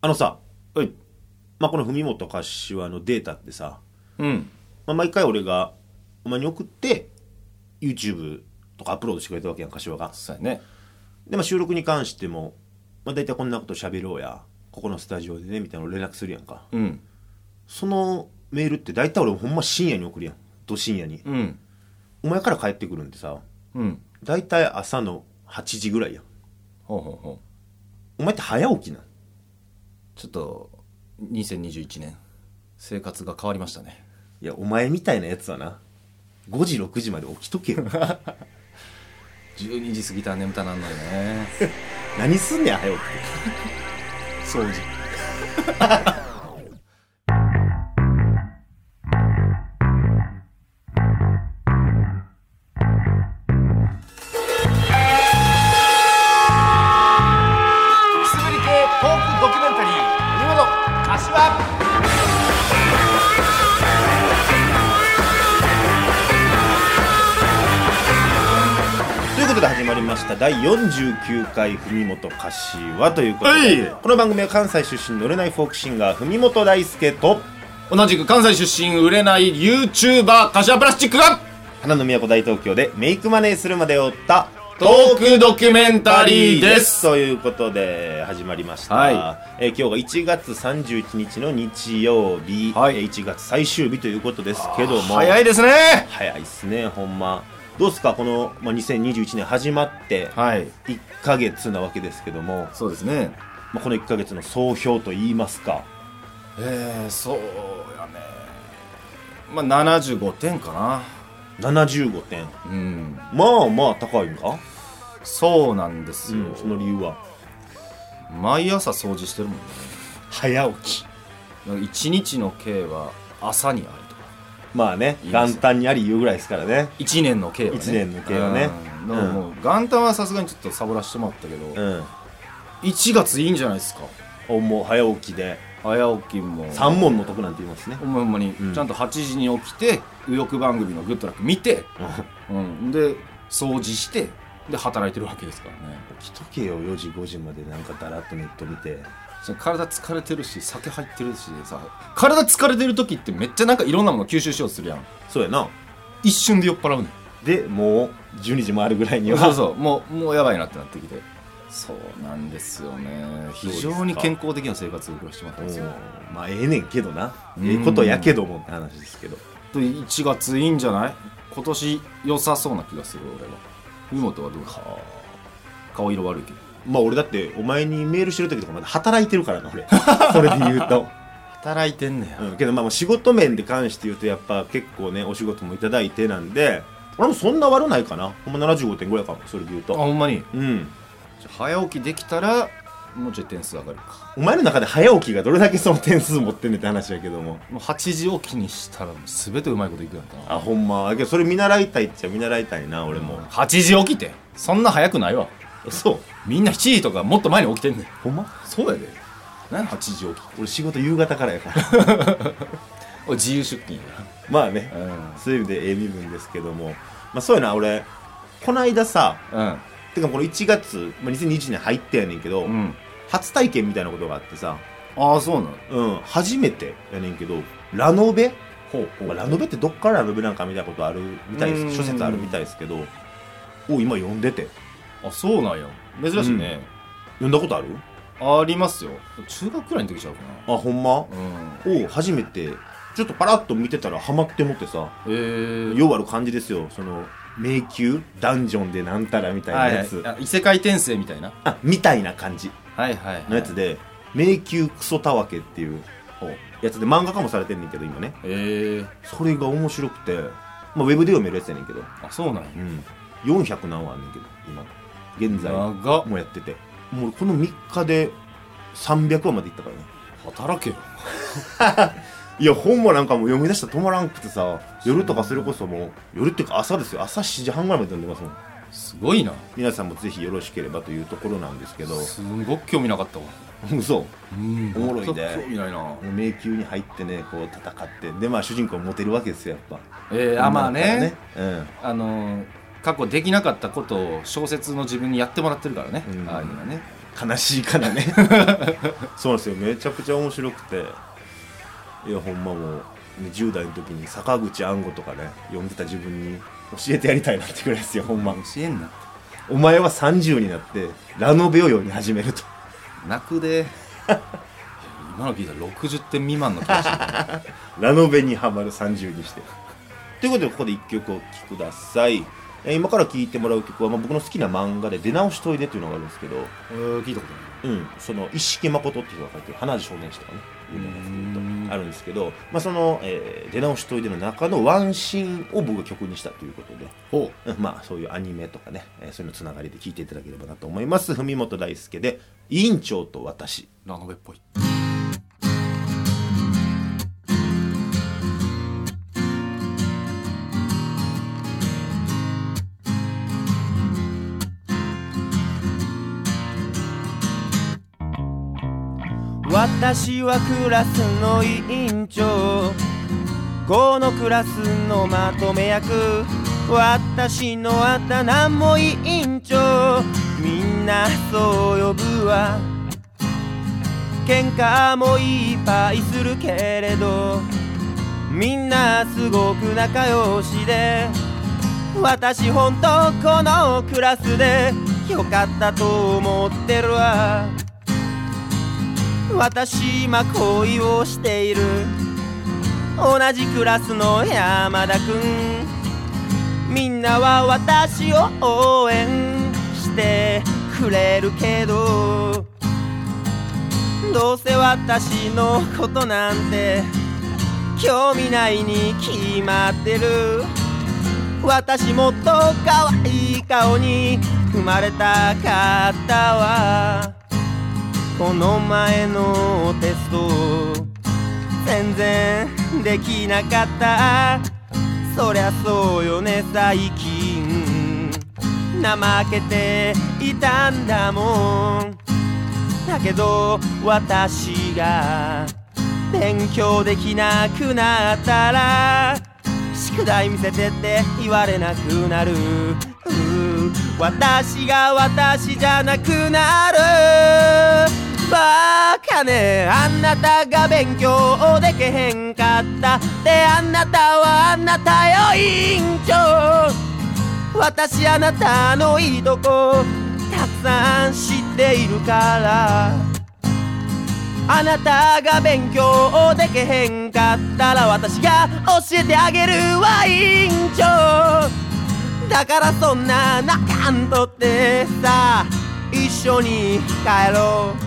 あのさ、はい。まあ、この文元柏のデータってさ、うん。まあ、毎回俺がお前に送って、YouTube とかアップロードしてくれたわけやん、柏が。そうやね。で、まあ、収録に関しても、まあ、大体こんなこと喋ろうや、ここのスタジオでね、みたいなのを連絡するやんか。うん。そのメールって大体俺ほんま深夜に送るやん。ど深夜に。うん。お前から帰ってくるんでさ、うん。大体朝の8時ぐらいやん。ほうほうほお前って早起きなんう。ちょっと、2021年、生活が変わりましたね。いや、お前みたいなやつはな、5時、6時まで起きとけよ。 12時過ぎたら眠たなんのよね。何すんねん、早起きって。掃除。くすぶり系トークドキュメンタリー「本柏」ということで始まりました第49回文元柏ということでこの番組は関西出身乗れないフォークシンガー文元大輔と同じく関西出身、売れない YouTuber、柏プラスチックが、花の都大東京でメイクマネーするまで追ったトークドキュメンタリーです。ということで始まりました、はえー今日が1月31日の日曜日、はいえー1月最終日ということですけども早いですね。早いっすねほんまどうすかこの、まあ、2021年始まってはい。 1ヶ月なわけですけども、そうですね。まあ、この1ヶ月の総評といいますかえー、そうやね。まあ、75点か75点な。うん。まあまあ高いんか、そうなんですよ。その理由は毎朝掃除してるもんね。早起きなんか一日の計は朝にありとかまあねいいですね元旦にあり言うぐらいですからね一年の計はね一年の計はねうんだからもう元旦はさすがにちょっとサボらせてもらったけど、うん1月いいんじゃないですかおもう早起きで早起きも3問の得なんて言いますね ほんまほんまに、うんちゃんと8時に起きて右翼番組のグッドラック見て、うん、で掃除してで働いてるわけですからね起きとけよ4時5時までなんかだらっとネット見てそれ体疲れてるし酒入ってるしさ体疲れてる時ってめっちゃなんかいろんなもの吸収しようとするやんそうやな一瞬で酔っ払うねんでもう12時回るぐらいにはそうそうもうもうやばいなってなってきてそうなんですよねそうで非すか常に健康的な生活を暮らしてもらったんですおよーまあええねんけどなうんええことやけどもって話ですけどで1月いいんじゃない今年良さそうな気がする俺は文元はどうか顔色悪いけどまあ俺だってお前にメールしてる時とかまだ働いてるからな俺 それで言うと働いてんねやうん、けどまあまあ仕事面で関して言うとやっぱ結構ねお仕事もいただいてなんで俺もそんな悪ないかなほんま75点ぐらいかもそれで言うあとほんまにうんじゃあ早起きできたらもうちょい点数上がるかお前の中で早起きがどれだけその点数持ってんねんって話やけどももう8時起きにしたらもう全てうまいこといくやんかなあほんまだけどそれ見習いたいっちゃ見習いたいな俺も、 8時起きてそんな早くないわそうみんな7時とかもっと前に起きてんねんほんまそうやで何8時起き俺仕事夕方からやから 俺自由出勤やなまあねうんそういう意味でええ身分ですけどもまあそうやな俺こないださうんてかこの1月、まあ、2021年入ってやねんけど、うん、初体験みたいなことがあってさああそうなうのん、初めてやねんけど、ラノベ、ほうほまあ、ラノベってどっからラノベなんか見たことあるみたいです、うん諸説あるみたいですけど、お今読んでて。あそうなんや珍しいね、読んだことあるありますよ中学くらいの時ちゃうかあ、ほんまなうんお初めて、ちょっとパラッと見てたらハマって思ってさ、えー、ようある感じですよ、その、迷宮ダンジョンでなんたらみたいなやつ。あ異世界転生みたいなあ、みたいな感じはいはい、はいのやつで、迷宮クソたわけっていうほうやつで漫画化もされてんねんけど、今ね。えー、それが面白くて、まあ、ウェブで読めるやつやねんけど。あそうなんやうん、400何話あんねんけど今現在も長っうやっててもうこの3日で300話までいったからね働けよいや本もなんかもう読み出したら止まらんくてさ夜とかそれこそもう夜っていうか朝ですよ朝7時半ぐらいまで読んでますもんすごいな皆さんもぜひよろしければというところなんですけどすんごく興味なかったわ嘘うんおもろいね全く興味ないな迷宮に入ってねこう戦ってでまあ主人公モテるわけですよやっえー、ぱあまあねうんあのー過去できなかったことを小説の自分にやってもらってるからね、うんああいうのはね悲しいからね そうなんですよめちゃくちゃ面白くていやほんまもう、ね、10代の時に坂口安吾とかね呼んでた自分に教えてやりたいなってくらいですよほんま教えんなお前は30になってラノベを読み始めると泣く で今の聞いたら60点未満の気がするラノベにはまる30にしてということでここで1曲お聴きくださいえー今から聴いてもらう曲は、まあ、僕の好きな漫画で「出直しといで」というのがあるんですけど、えー聞いたことうん、その一色誠っていう人が書いてる「花で少年誌」とかね有名なやつで言うとうんあるんですけど、まあ、その、えー出直しといで」の中のワンシーンを僕が曲にしたということで、ほうんまあ、そういうアニメとかね、えーそういうのつながりで聴いていただければなと思います文本大輔で「委員長と私うラノベっぽい私はクラスの委員長このクラスのまとめ役私のあだ名も委員長みんなそう呼ぶわ喧嘩もいっぱいするけれどみんなすごく仲良しで私ほんとこのクラスでよかったと思ってるわ私今恋をしている同じクラスの山田くんみんなは私を応援してくれるけどどうせ私のことなんて興味ないに決まってる私もっと可愛い顔に生まれたかったわこの前のテスト全然できなかったそりゃそうよね最近怠けていたんだもんだけど私が勉強できなくなったら宿題見せてって言われなくなるうん私が私じゃなくなるバカねあなたが勉強でけへんかったであなたはあなたよ委員長私あなたのいいとこたくさん知っているからあなたが勉強でけへんかったら私が教えてあげるわ委員長だからそんな仲んとってさ一緒に帰ろう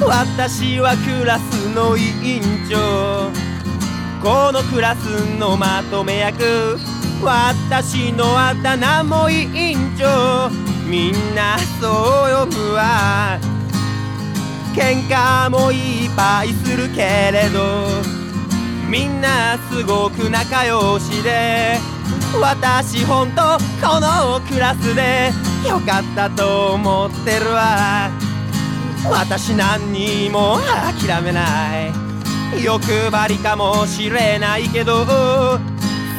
私はクラスの委員長このクラスのまとめ役私のあだ名も委員長みんなそう呼ぶわ喧嘩もいっぱいするけれどみんなすごく仲良しで私ほんとこのクラスでよかったと思ってるわ私何にも諦めない欲張りかもしれないけど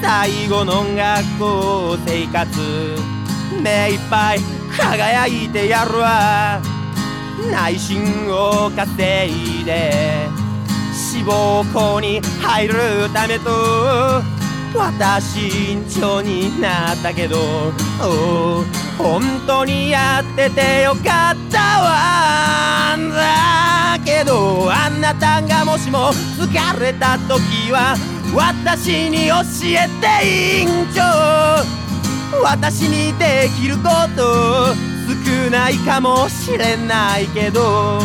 最後の学校生活目いっぱい輝いてやるわ内心を稼いで志望校に入るためと私一丁になったけどおう本当にやっててよかったわだけどあなたがもしも疲れた時は私に教えて委員長私にできること少ないかもしれないけど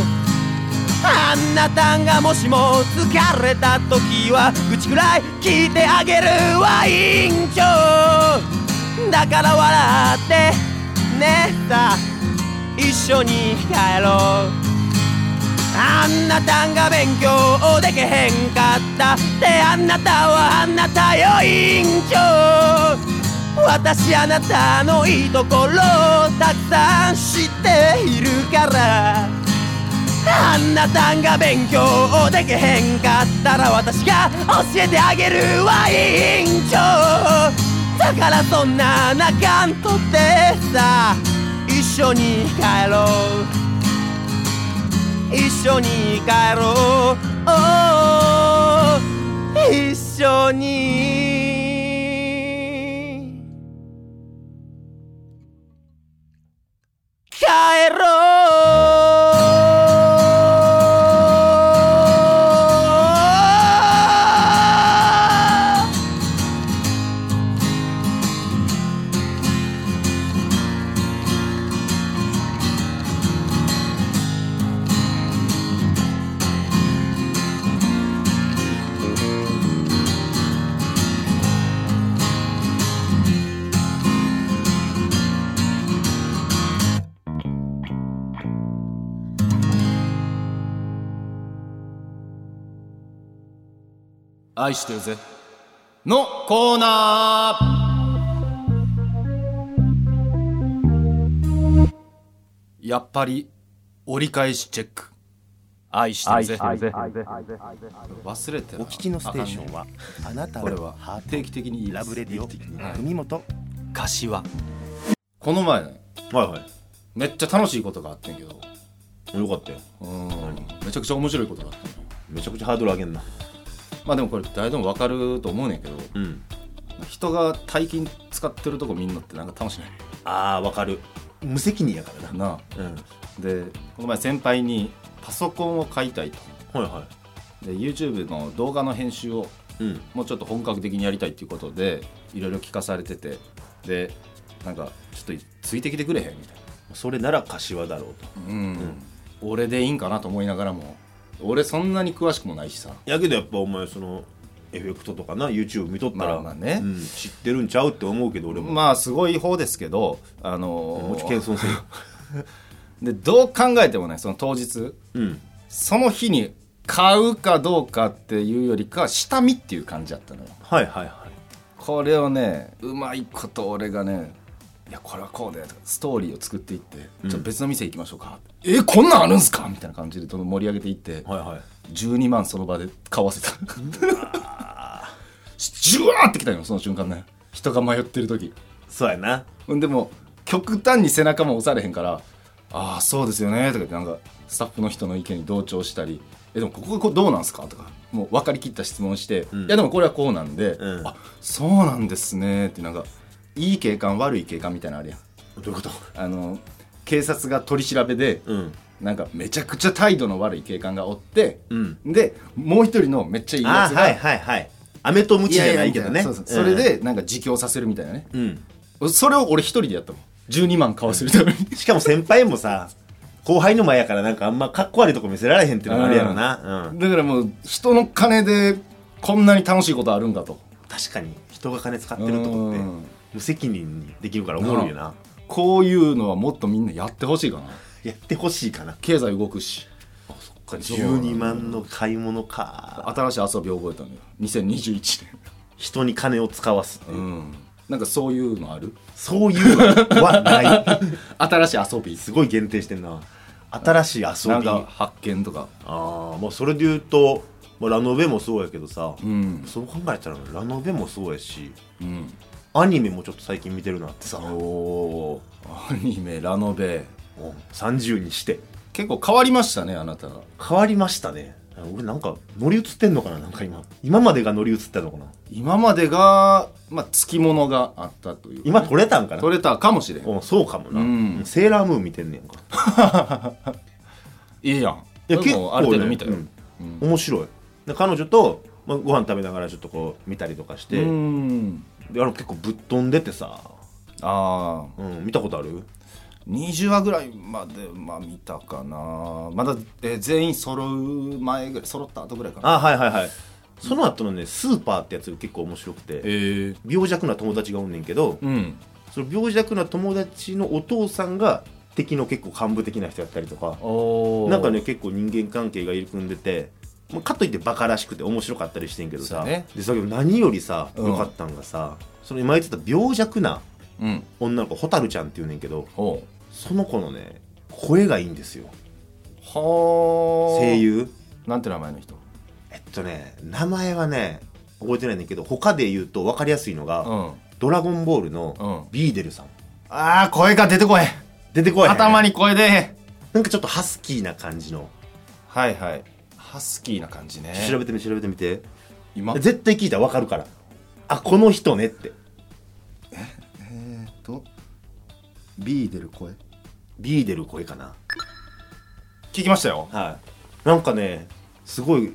あんなたんがもしも疲れた時は愚痴くらい聞いてあげるわ委員長だから笑ってねさ一緒に帰ろうあんなたんが勉強できへんかったであんなたはあんなたよ委員長私あなたのいいところをたくさん知っているからあんなたんが勉強できへんかったら私が教えてあげるわ委員長だからそんな泣かんとってさ一緒に帰ろう一緒に帰ろう、おー一緒に帰ろう愛してるぜのコーナーやっぱり折り返しチェック愛してるぜ忘れてお聞きのステーションはあなたこれのはハー定期的にトラブレディオはい文元柏この前ねはいはめっちゃ楽しいことがあってんけどいよかったようんめちゃくちゃ面白いことがあったのめちゃくちゃハードル上げんなまあでもこれ誰でも分かると思うねんけどうん人が大金使ってるとこ見んのってなんか楽しああわかる無責任やからいなあなうんでこの前先輩にパソコンを買いたいとはいはで YouTube の動画の編集をいうんもうちょっと本格的にやりたいっていうことでいろいろ聞かされててでなんかちょっとついてきてくれへんみたいなそれなら柏だろうとうん、俺でいいんかなと思いながらも俺そんなに詳しくもないしさやけどやっぱお前そのエフェクトとかな YouTube 見とったら、まあまあねうん、知ってるんちゃうって思うけど俺も、まあすごい方ですけどあのーもうちょい謙遜するよでどう考えてもねその当日うんその日に買うかどうかっていうよりかは下見っていう感じだったのよはいはいはこれをねうまいこと俺がねいやこれはこうでとかストーリーを作っていって、ちょっと別の店行きましょうかえこんなんあるんすかみたいな感じでどんどん盛り上げていって、いはいはい12万その場で買わせた ジュワーってきたよその瞬間ね人が迷ってる時そうやなほんでも極端に背中も押されへんから「ああそうですよね」とか言ってなんかスタッフの人の意見に同調したり「えでもこここれどうなんすか?」とかもう分かりきった質問して「いやでもこれはこうなんで、うんあそうなんですね」ってなんかいい警官悪い警官みたいなのあるやどんういうことあの警察が取り調べで、うんなんかめちゃくちゃ態度の悪い警官がおって、うんでもう一人のめっちゃいいやあつーがはいはいはい飴とムチじゃないみけたどいねなそうそうそれでなんか自供させるみたいなね、うん、うんそれを俺一人でやったもん12万買わせるためにしかも先輩もさ後輩の前やからなんかあんまかっこ悪いとこ見せられへんっていうのがあるやろな、うん、だからもう人の金でこんなに楽しいことあるんかと確かに人が金使ってると思ってうん無責任にできるからおもろいよなこういうのはもっとみんなやってほしいかなやってほしいかな経済動くし12万の買い物か新しい遊びを覚えたのよ2021年人に金を使わすっていう、うんなんかそういうのあるそういうのはない新しい遊びすごい限定してんな新しい遊びなんかあ発見とかあーまあそれで言うと、まあ、ラノベもそうやけどさ、うんそう考えたらラノベもそうやしうんアニメもちょっと最近見てるなってさ、おーアニメラノベうん30にして結構変わりましたねあなたが変わりましたね俺なんか乗り移ってんのかななんか今今までが乗り移ったのかな今までがまあつきものがあったという今取れたんかな取れたかもしれんうんそうかもな、うんセーラームーン見てんねやんかいいやんいやで結構、ね、もある程度見たよ、うん面白いで彼女と、まあ、ご飯食べながらちょっとこう見たりとかして、うんであの結構ぶっ飛んでてさ、ああうん、見たことある20話ぐらいまでまあ見たかなまだ、えー全員揃う前ぐらい揃った後ぐらいかなあはいはいはいその後のねスーパーってやつが結構面白くてええ病弱な友達がおんねんけど、うんその病弱な友達のお父さんが敵の結構幹部的な人やったりとかおーなんかね結構人間関係が入り組んでてまあ、かといってバカらしくて面白かったりしてんけどそさ、うねでさ何よりさうん良かったんがさ、その今言ってた病弱なうん女の子蛍ちゃんっていうねんけどほその子のね声がいいんですようは声優なんて名前の人えっとね名前はね覚えてないねんだけど他で言うと分かりやすいのが「うんドラゴンボール」のうんビーデルさんあー声が出てこへん出てこい頭に声出えへんなんかちょっとハスキーな感じのはいはいハスキーな感じね調べてみて調べてみて今絶対聞いたら分かるからあこの人ねってえっと B 出る声ビーデル声かな聞きましたよはいなんかねすごい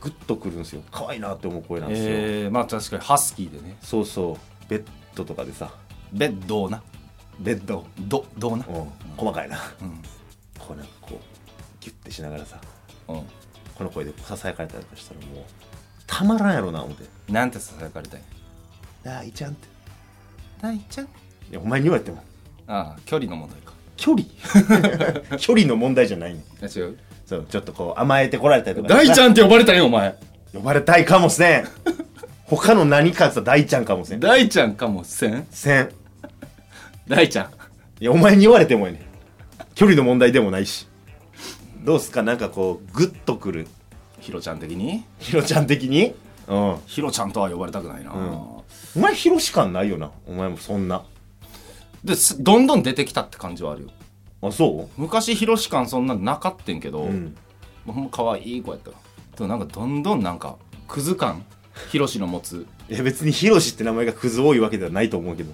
グッとくるんですよ可愛いなって思う声なんですよ、えー、まあ確かにハスキーでねそうそうベッドとかでさベッドーなベッドどどうなうん、細かいな、んこうなんかこうギュッてしながらさうんこの声でささやかれたりとかしたらもうたまらんやろな思ってなんてささやかれたい「大ちゃん」って大ちゃんいやお前に言われてもああ距離の問題か距離 距離の問題じゃないねんあ違うそうちょっとこう甘えてこられたりとか大ちんゃんって呼ばれたんよお 前呼ばれたいかもしれん他の何かさ大ちゃんかもしれん大ちゃんかもせんせん大ちゃんいやお前に言われてもやねん距離の問題でもないしどうすかなんかこうグッとくるヒロちゃん的にヒロちゃん的にうんヒロちゃんとは呼ばれたくないな、うんお前ヒロし感ないよなお前もそんなですどんどん出てきたって感じはあるよあそ昔ヒロシ感そんななかってんけど、ううんもうほんま可愛い子やったらでもなんかどんどんなんかクズ感ヒロシの持ついや別にヒロシって名前がクズ多いわけではないと思うけど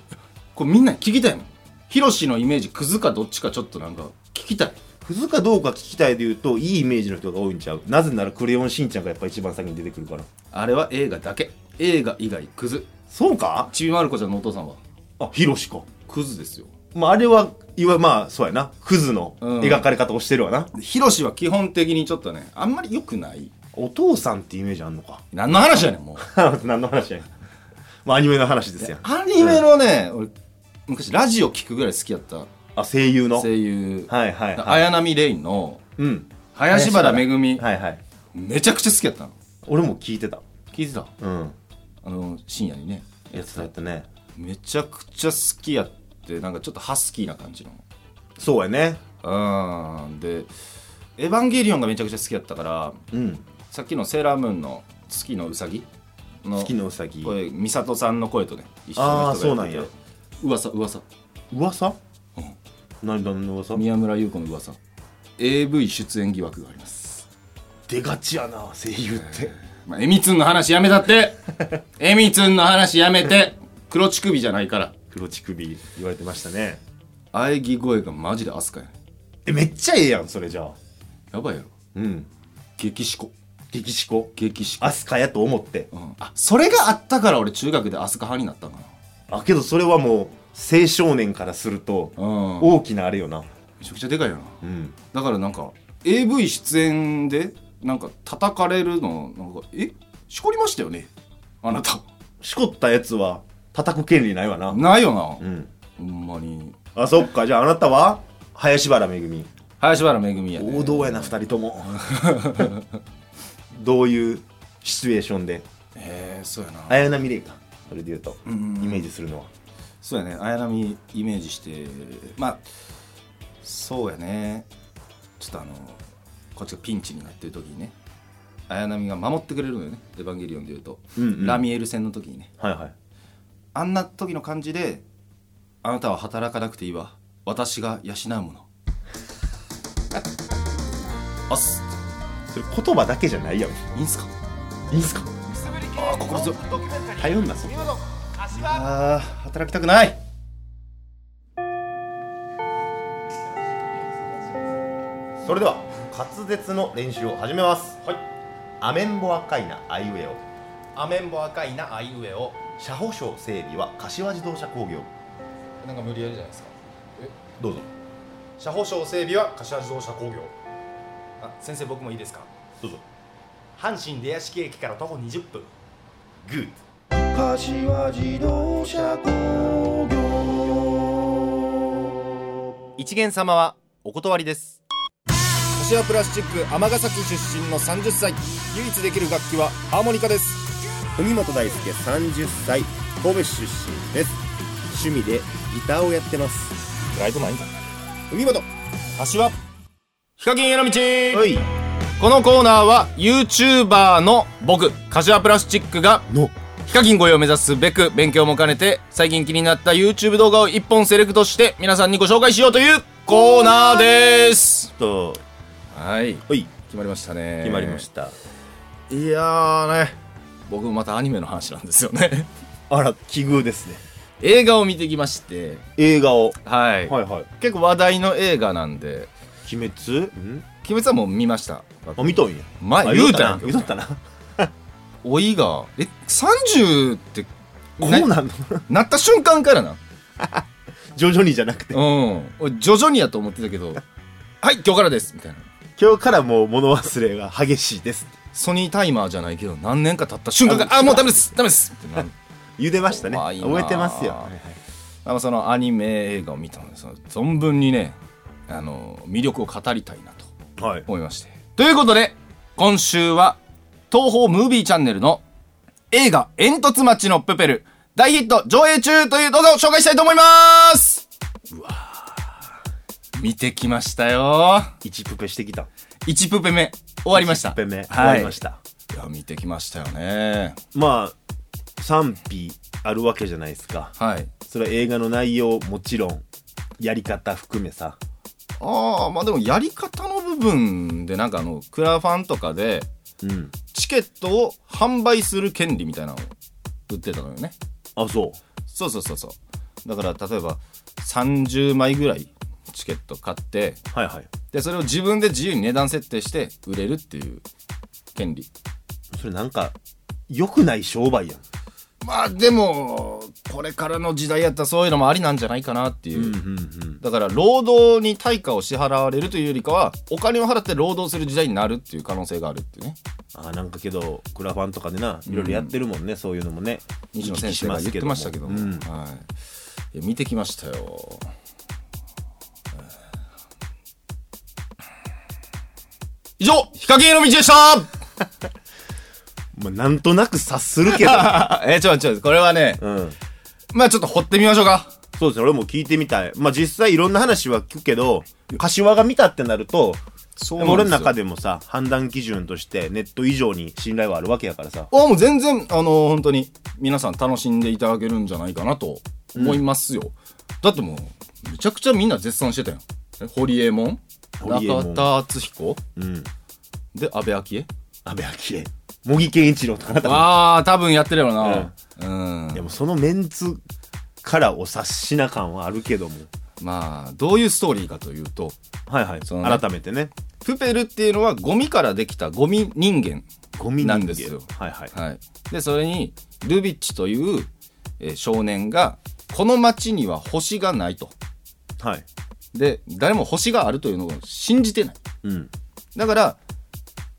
これみんな聞きたいもんヒロシのイメージクズかどっちかちょっとなんか聞きたいクズかどうか聞きたいで言うといいイメージの人が多いんちゃうなぜならクレヨンしんちゃんがやっぱ一番先に出てくるからあれは映画だけ映画以外クズそうかちびまる子ちゃんのお父さんはあヒロシかクズですよまああれはいわまあそうやなクズのうん描かれ方をしてるわな、でヒロシは基本的にちょっとねあんまり良くないお父さんってイメージあんのか何の話やねんもう 何の話やねんまあアニメの話ですやんアニメのね、 俺昔ラジオ聞くぐらい好きやったあ声優の声優、はいはいはい綾波レイのうん林原めぐみ、はいはいめちゃくちゃ好きやったの俺も聞いてた聞いてたうんあの深夜にねやってたやってねめちゃくちゃ好きやってなんかちょっとハスキーな感じのそうやねうんで「エヴァンゲリオン」がめちゃくちゃ好きやったからうんさっきの「セーラームーン」の「月のうさぎ」の月のうさぎ声美里さんの声とね一緒あのあそう人ながんややってて噂噂噂何何の噂宮村優子の噂 AV 出演疑惑があります出がちやな声優ってまあ、エミツンの話やめたって エミツンの話やめて黒乳首じゃないから黒乳首言われてましたね喘ぎ声がマジでアスカやねえめっちゃええやんそれじゃあやばいやろうん激しこ激しこ激しこアスカやと思ってうんあそれがあったから俺中学でアスカ派になったんかあけどそれはもう青少年からするとなうん大きなあれよなめちゃくちゃでかいよなうんだからなんか AV 出演でなんか叩かれるのなんかえしこりましたよねあなたしこったやつは叩く権利ないわなないよな、うんほんまにあそっかじゃああなたは林原めぐみ林原めぐみや、ね、王道やな2人とも どういうシチュエーションでえー、そうやな綾波レイかそれで言うとイメージするのはそうやね綾波イメージしてまあそうやねちょっとあのこっちがピンチになってる時にね綾波が守ってくれるのよね「エヴァンゲリオン」でいうと、うんうんラミエル戦の時にねはいはいあんな時の感じで「あなたは働かなくていいわ私が養うもの」 あっすそれ言葉だけじゃないやんいいんすかいいんすかあ心強い頼んなそあー働きたくないそれでは滑舌の練習を始めますはいアメンボ赤いなアイウェオアメンボ赤いなあいうえを車保証整備は柏自動車工業なんか無理やりじゃないですかどうぞ車保証整備は柏自動車工業あ先生僕もいいですかどうぞ阪神出屋敷駅から徒歩20分グー一元様はお断りです柏プラスチック尼崎出身の30歳唯一できる楽器はハーモニカです文本大輔30歳神戸市出身です趣味でギターをやってますライブないんだ文本柏ヒカキンへの道はいこのコーナーは YouTuber の僕柏プラスチックがのヒカキン越えを目指すべく勉強も兼ねて最近気になった YouTube 動画を1本セレクトして皆さんにご紹介しようというコーナーですとはいはい決まりましたね決まりました、たいやーね僕もまたアニメの話なんですよね あら奇遇ですね映画を見てきまして映画をはい、はいはい結構話題の映画なんで鬼滅ん鬼滅はもう見ましたあ見とんや前あ言うたやん言うとったな老いがえ30ってこうなの なった瞬間からな徐々にじゃなくてうん俺徐々にやと思ってたけど「はい今日からです」みたいな今日からもう物忘れが激しいですソニータイマーじゃないけど何年か経った瞬間が「あもうダメですダメです」ってなる茹でましたね怖いなあ覚えてますよ、あのそのアニメ映画を見たのでその存分にねあの魅力を語りたいなとはい思いましてということで今週は東宝ムービーチャンネルの映画「煙突町のプペル」大ヒット上映中という動画を紹介したいと思いますうわー見てきましたよ一プペしてきた1プペ目終わりましたプペ目、終はわい、りましたいや見てきましたよねまあ賛否あるわけじゃないですかはいそれは映画の内容もちろんやり方含めさああまあでもやり方の部分でなんかあのクラファンとかでうんチケットを販売する権利みたいなのを売ってたのよねあそうそうそうそうそうだから例えば30枚ぐらいチケット買ってはいはいでそれを自分で自由に値段設定して売れるっていう権利それなんか良くない商売やんまあでもこれからの時代やったらそういうのもありなんじゃないかなっていう、うんうんだから労働に対価を支払われるというよりかはお金を払って労働する時代になるっていう可能性があるっていうねあなんかけどクラファンとかでないろいろやってるもんね、そういうのもね西野先生が言ってましたけどうも、んはい、いや見てきましたよ以上ヒカキンへの道でした まあ、なんとなく察するけど、えちょちょこれはねうん、まあちょっと掘ってみましょうか そうですね俺も聞いてみたいまあ実際いろんな話は聞くけど柏が見たってなるとそでも俺の中でもさ判断基準としてネット以上に信頼はあるわけやからさあもう全然あの本当に皆さん楽しんでいただけるんじゃないかなと思いますよ、だってもうめちゃくちゃみんな絶賛してたよえ堀江門堀江門中田敦彦うんで安倍昭恵安倍昭恵茂木健一郎とかなったもああ多分やってるよなうん、でもそのメンツからお察しな感はあるけどもまあどういうストーリーかというとはいはいそのね改めてねプペルっていうのはゴミからできたゴミ人間ゴミ人間なんですよはいはいはい、でそれにルビッチという、えー少年がこの町には星がないとはいで誰も星があるというのを信じてないうんだから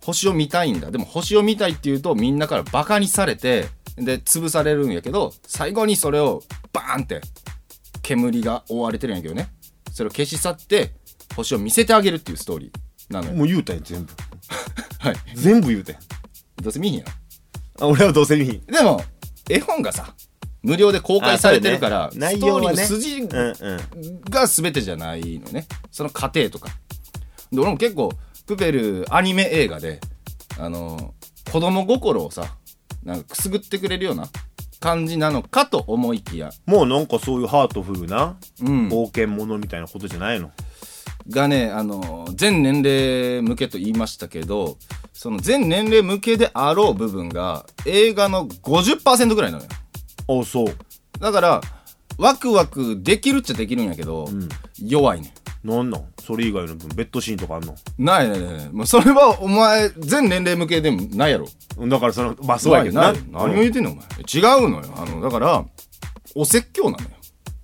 星を見たいんだでも星を見たいっていうとみんなからバカにされてで潰されるんやけど最後にそれをバーンって煙が覆われてるんやけどねそれを消し去って星を見せてあげるっていうストーリーなのよもう言うたんや全部 はい全部言うたんやどうせ見ひんやあ俺はどうせ見ひんろでも絵本がさ無料で公開されてるから、あそうねス内トー容リーはのね筋うんうんが全てじゃないのねその過程とかで俺も結構プペルアニメ映画であの子供心をさなんかくすぐってくれるような感じなのかと思いきや、もうなんかそういうハートフルなうん、冒険者みたいなことじゃないのがねあの全年齢向けと言いましたけどその全年齢向けであろう部分が映画の50%ぐらいなのよあそうだからワクワクできるっちゃできるんやけど、弱いねんなんなんそれ以外の分ベッドシーンとかあんのないないないない。もうそれはお前、全年齢向けでもないやろ。だからそのまあそうやけどなないない何を言ってんのお前。違うのよ。あの、だから、お説教なのよ。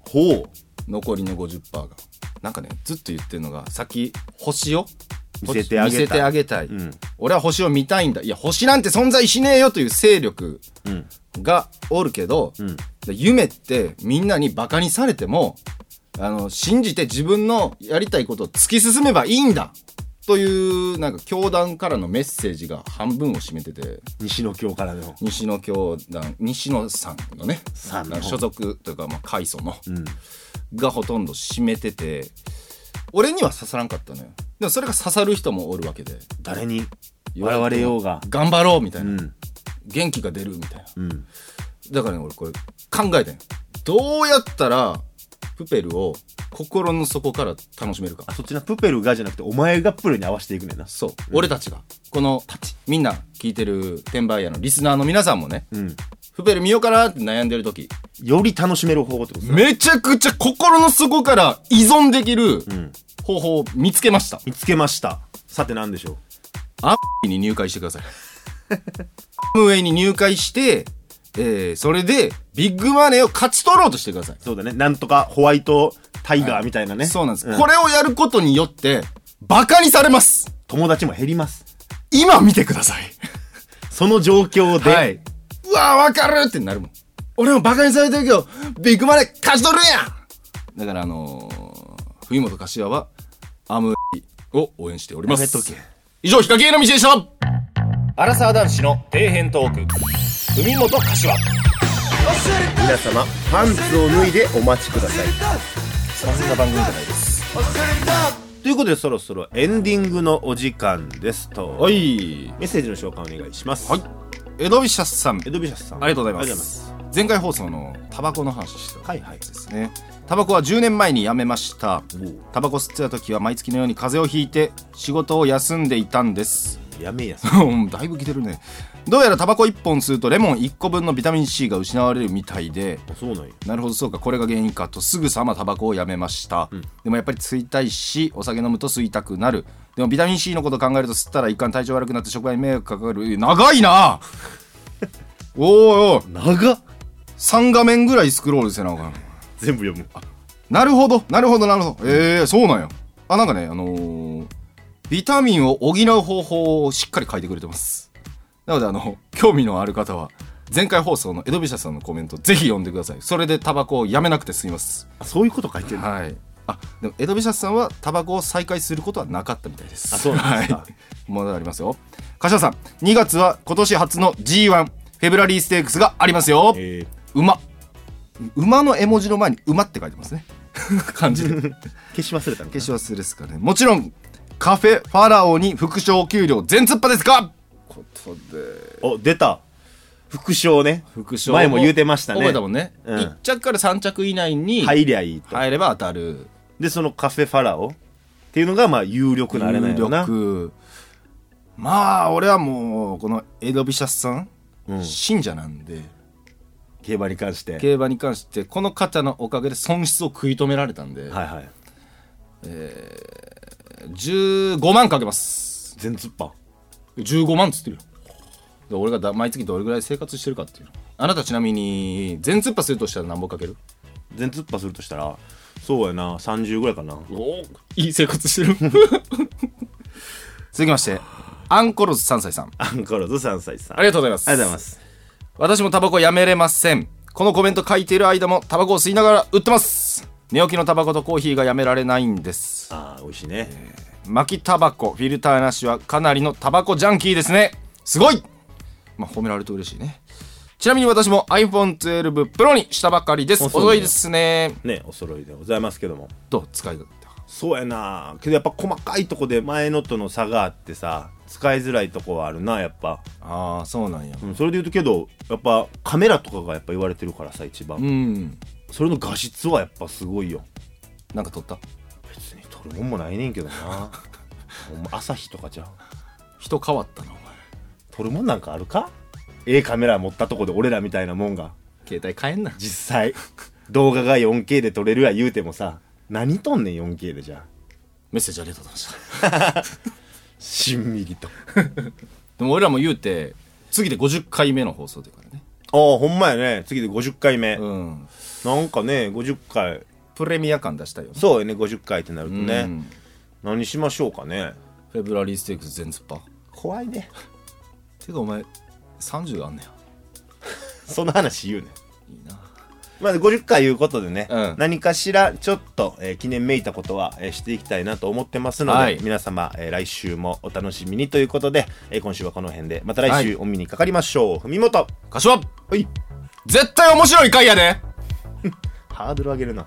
ほう残りの50%が。なんかね、ずっと言ってるのが、先、星を見せてあげたい見せてあげたい、ん俺は星を見たいんだ。いや、星なんて存在しねえよという勢力んがおるけど、んで夢ってみんなにバカにされても、あの、信じて自分のやりたいことを突き進めばいいんだ。というなんか教団からのメッセージが半分を占めてて西の京からの西野教団西野さんのねさんのなんか所属というかまあ階層の、んがほとんど占めてて俺には刺さらんかったのよでもそれが刺さる人もおるわけで誰に笑われようが頑張ろうみたいな、ん元気が出るみたいなうんだからね俺これ考えたんよどうやったらプペルを心の底から楽しめるかあそっちなプペルがじゃなくてお前がプペルに合わせていくねんなそう、俺たちがこのみんな聞いてる転売屋のリスナーの皆さんもね、んプペル見ようかなって悩んでる時より楽しめる方法ってことねめちゃくちゃ心の底から依存できるん方法を見つけました、見つけましたさて何でしょうアップに入会してください アムウェイに入会して、えーそれでビッグマネーを勝ち取ろうとしてくださいそうだねなんとかホワイトタイガーみたいなね、そうなんです、ここれれをやることによってバカにされます友達も減ります今見てくださいその状況で、はいうわわかるってなるもん俺もバカにされてるけどビッグマネー勝ち取るんやだからあのー、冬本柏はアムを応援しておりますやめとけ以上ヒカキンの道でしたアラサー男子の底辺トーク海本柏皆様パンツを脱いでお待ちくださいということでそろそろエンディングのお時間ですとはいメッセージの紹介お願いしますはいエドビシャスさんエドビシャスさんありがとうございます前回放送のタバコの話してたはいはいですねタバコは10年前にやめましたおうタバコ吸ってた時は毎月のように風邪をひいて仕事を休んでいたんですやめや さ うんだいぶ来てるねどうやらタバコ1本吸うとレモン1個分のビタミン C が失われるみたいでそうなんやなるほどそうかこれが原因かとすぐさまタバコをやめました、でもやっぱり吸いたいしお酒飲むと吸いたくなるでもビタミン C のこと考えると吸ったら一貫体調悪くなって職場に迷惑かかるえ長いな おいおい長っ3画面ぐらいスクロールせなあかん全部読むなるほどなるほどなるほどええそうなんやあなんかねあのービタミンを補う方法をしっかり書いてくれてますなのであの興味のある方は前回放送の江戸ビシャさんのコメントぜひ読んでくださいそれでタバコをやめなくて済みますあそういうこと書いてるはいあでも江戸ビシャさんはタバコを再開することはなかったみたいですあそうなんですかはい、まだありますよ柏さん2月は今年初の G1 フェブラリーステークスがありますよえ馬馬の絵文字の前に馬って書いてますね 感じでー、消し忘れたのかな消し忘れですかねもちろんカフェファラオに副賞給料全突破ですかことでお出た副賞ね副賞前も言うてましたね覚えたもんね、うん1着から3着以内に入りゃいいと、入れば当たるでそのカフェファラオっていうのがまあ有力なあれなんやろな力まあ俺はもうこのエドビシャスさん、うん信者なんで競馬に関して競馬に関してこの方のおかげで損失を食い止められたんはで、いはい15万かけます全突破15万っつってるよで俺がだ毎月どれぐらい生活してるかっていうのあなたちなみに全突破するとしたら何本かける全突破するとしたらそうやな30ぐらいかなおいい生活してる 続きましてアンコロズ3歳さんアンコロズ3歳さんありがとうございますありがとうございます私もタバコやめれませんこのコメント書いている間もタバコを吸いながら売ってます寝起きのタバコとコーヒーがやめられないんですあー美味しいね巻きタバコフィルターなしはかなりのタバコジャンキーですねすごいまあ褒められると嬉しいねちなみに私も iPhone12 Pro にしたばかりですあそうなんだ遅いですねねお揃いでございますけどもどう使い方そうやなけどやっぱ細かいとこで前のとの差があってさ使いづらいとこはあるなやっぱ、ああそうなんやうん、それで言うとけどやっぱカメラとかがやっぱ言われてるからさ一番、うんそれの画質はやっぱすごいよなんか撮った別に撮るもんもない ねんけどなほんま朝日とかじゃん人変わったなお前撮るもんなんかあるかええカメラ持ったとこで俺らみたいなもんが携帯変えんな実際動画が 4K で撮れるや言うてもさ何撮んねん 4K でじゃあメッセージありがとうございましたしんみりとあでも俺らも言うて次で50回目の放送というからねあほんまやね次で50回目、うんなんかね50回プレミア感出したいよねそうよね50回ってなるとね、うん何しましょうかねフェブラリーステークス全突破怖いねてかお前30あんねやその話言うねいいなまあ、50回いうことでね、うん何かしらちょっと、えー記念めいたことは、えーしていきたいなと思ってますので、はい皆様、えー来週もお楽しみにということで、えー今週はこの辺でまた来週お見にかかりましょう、文元柏はい絶対面白い回やでハードル上げるな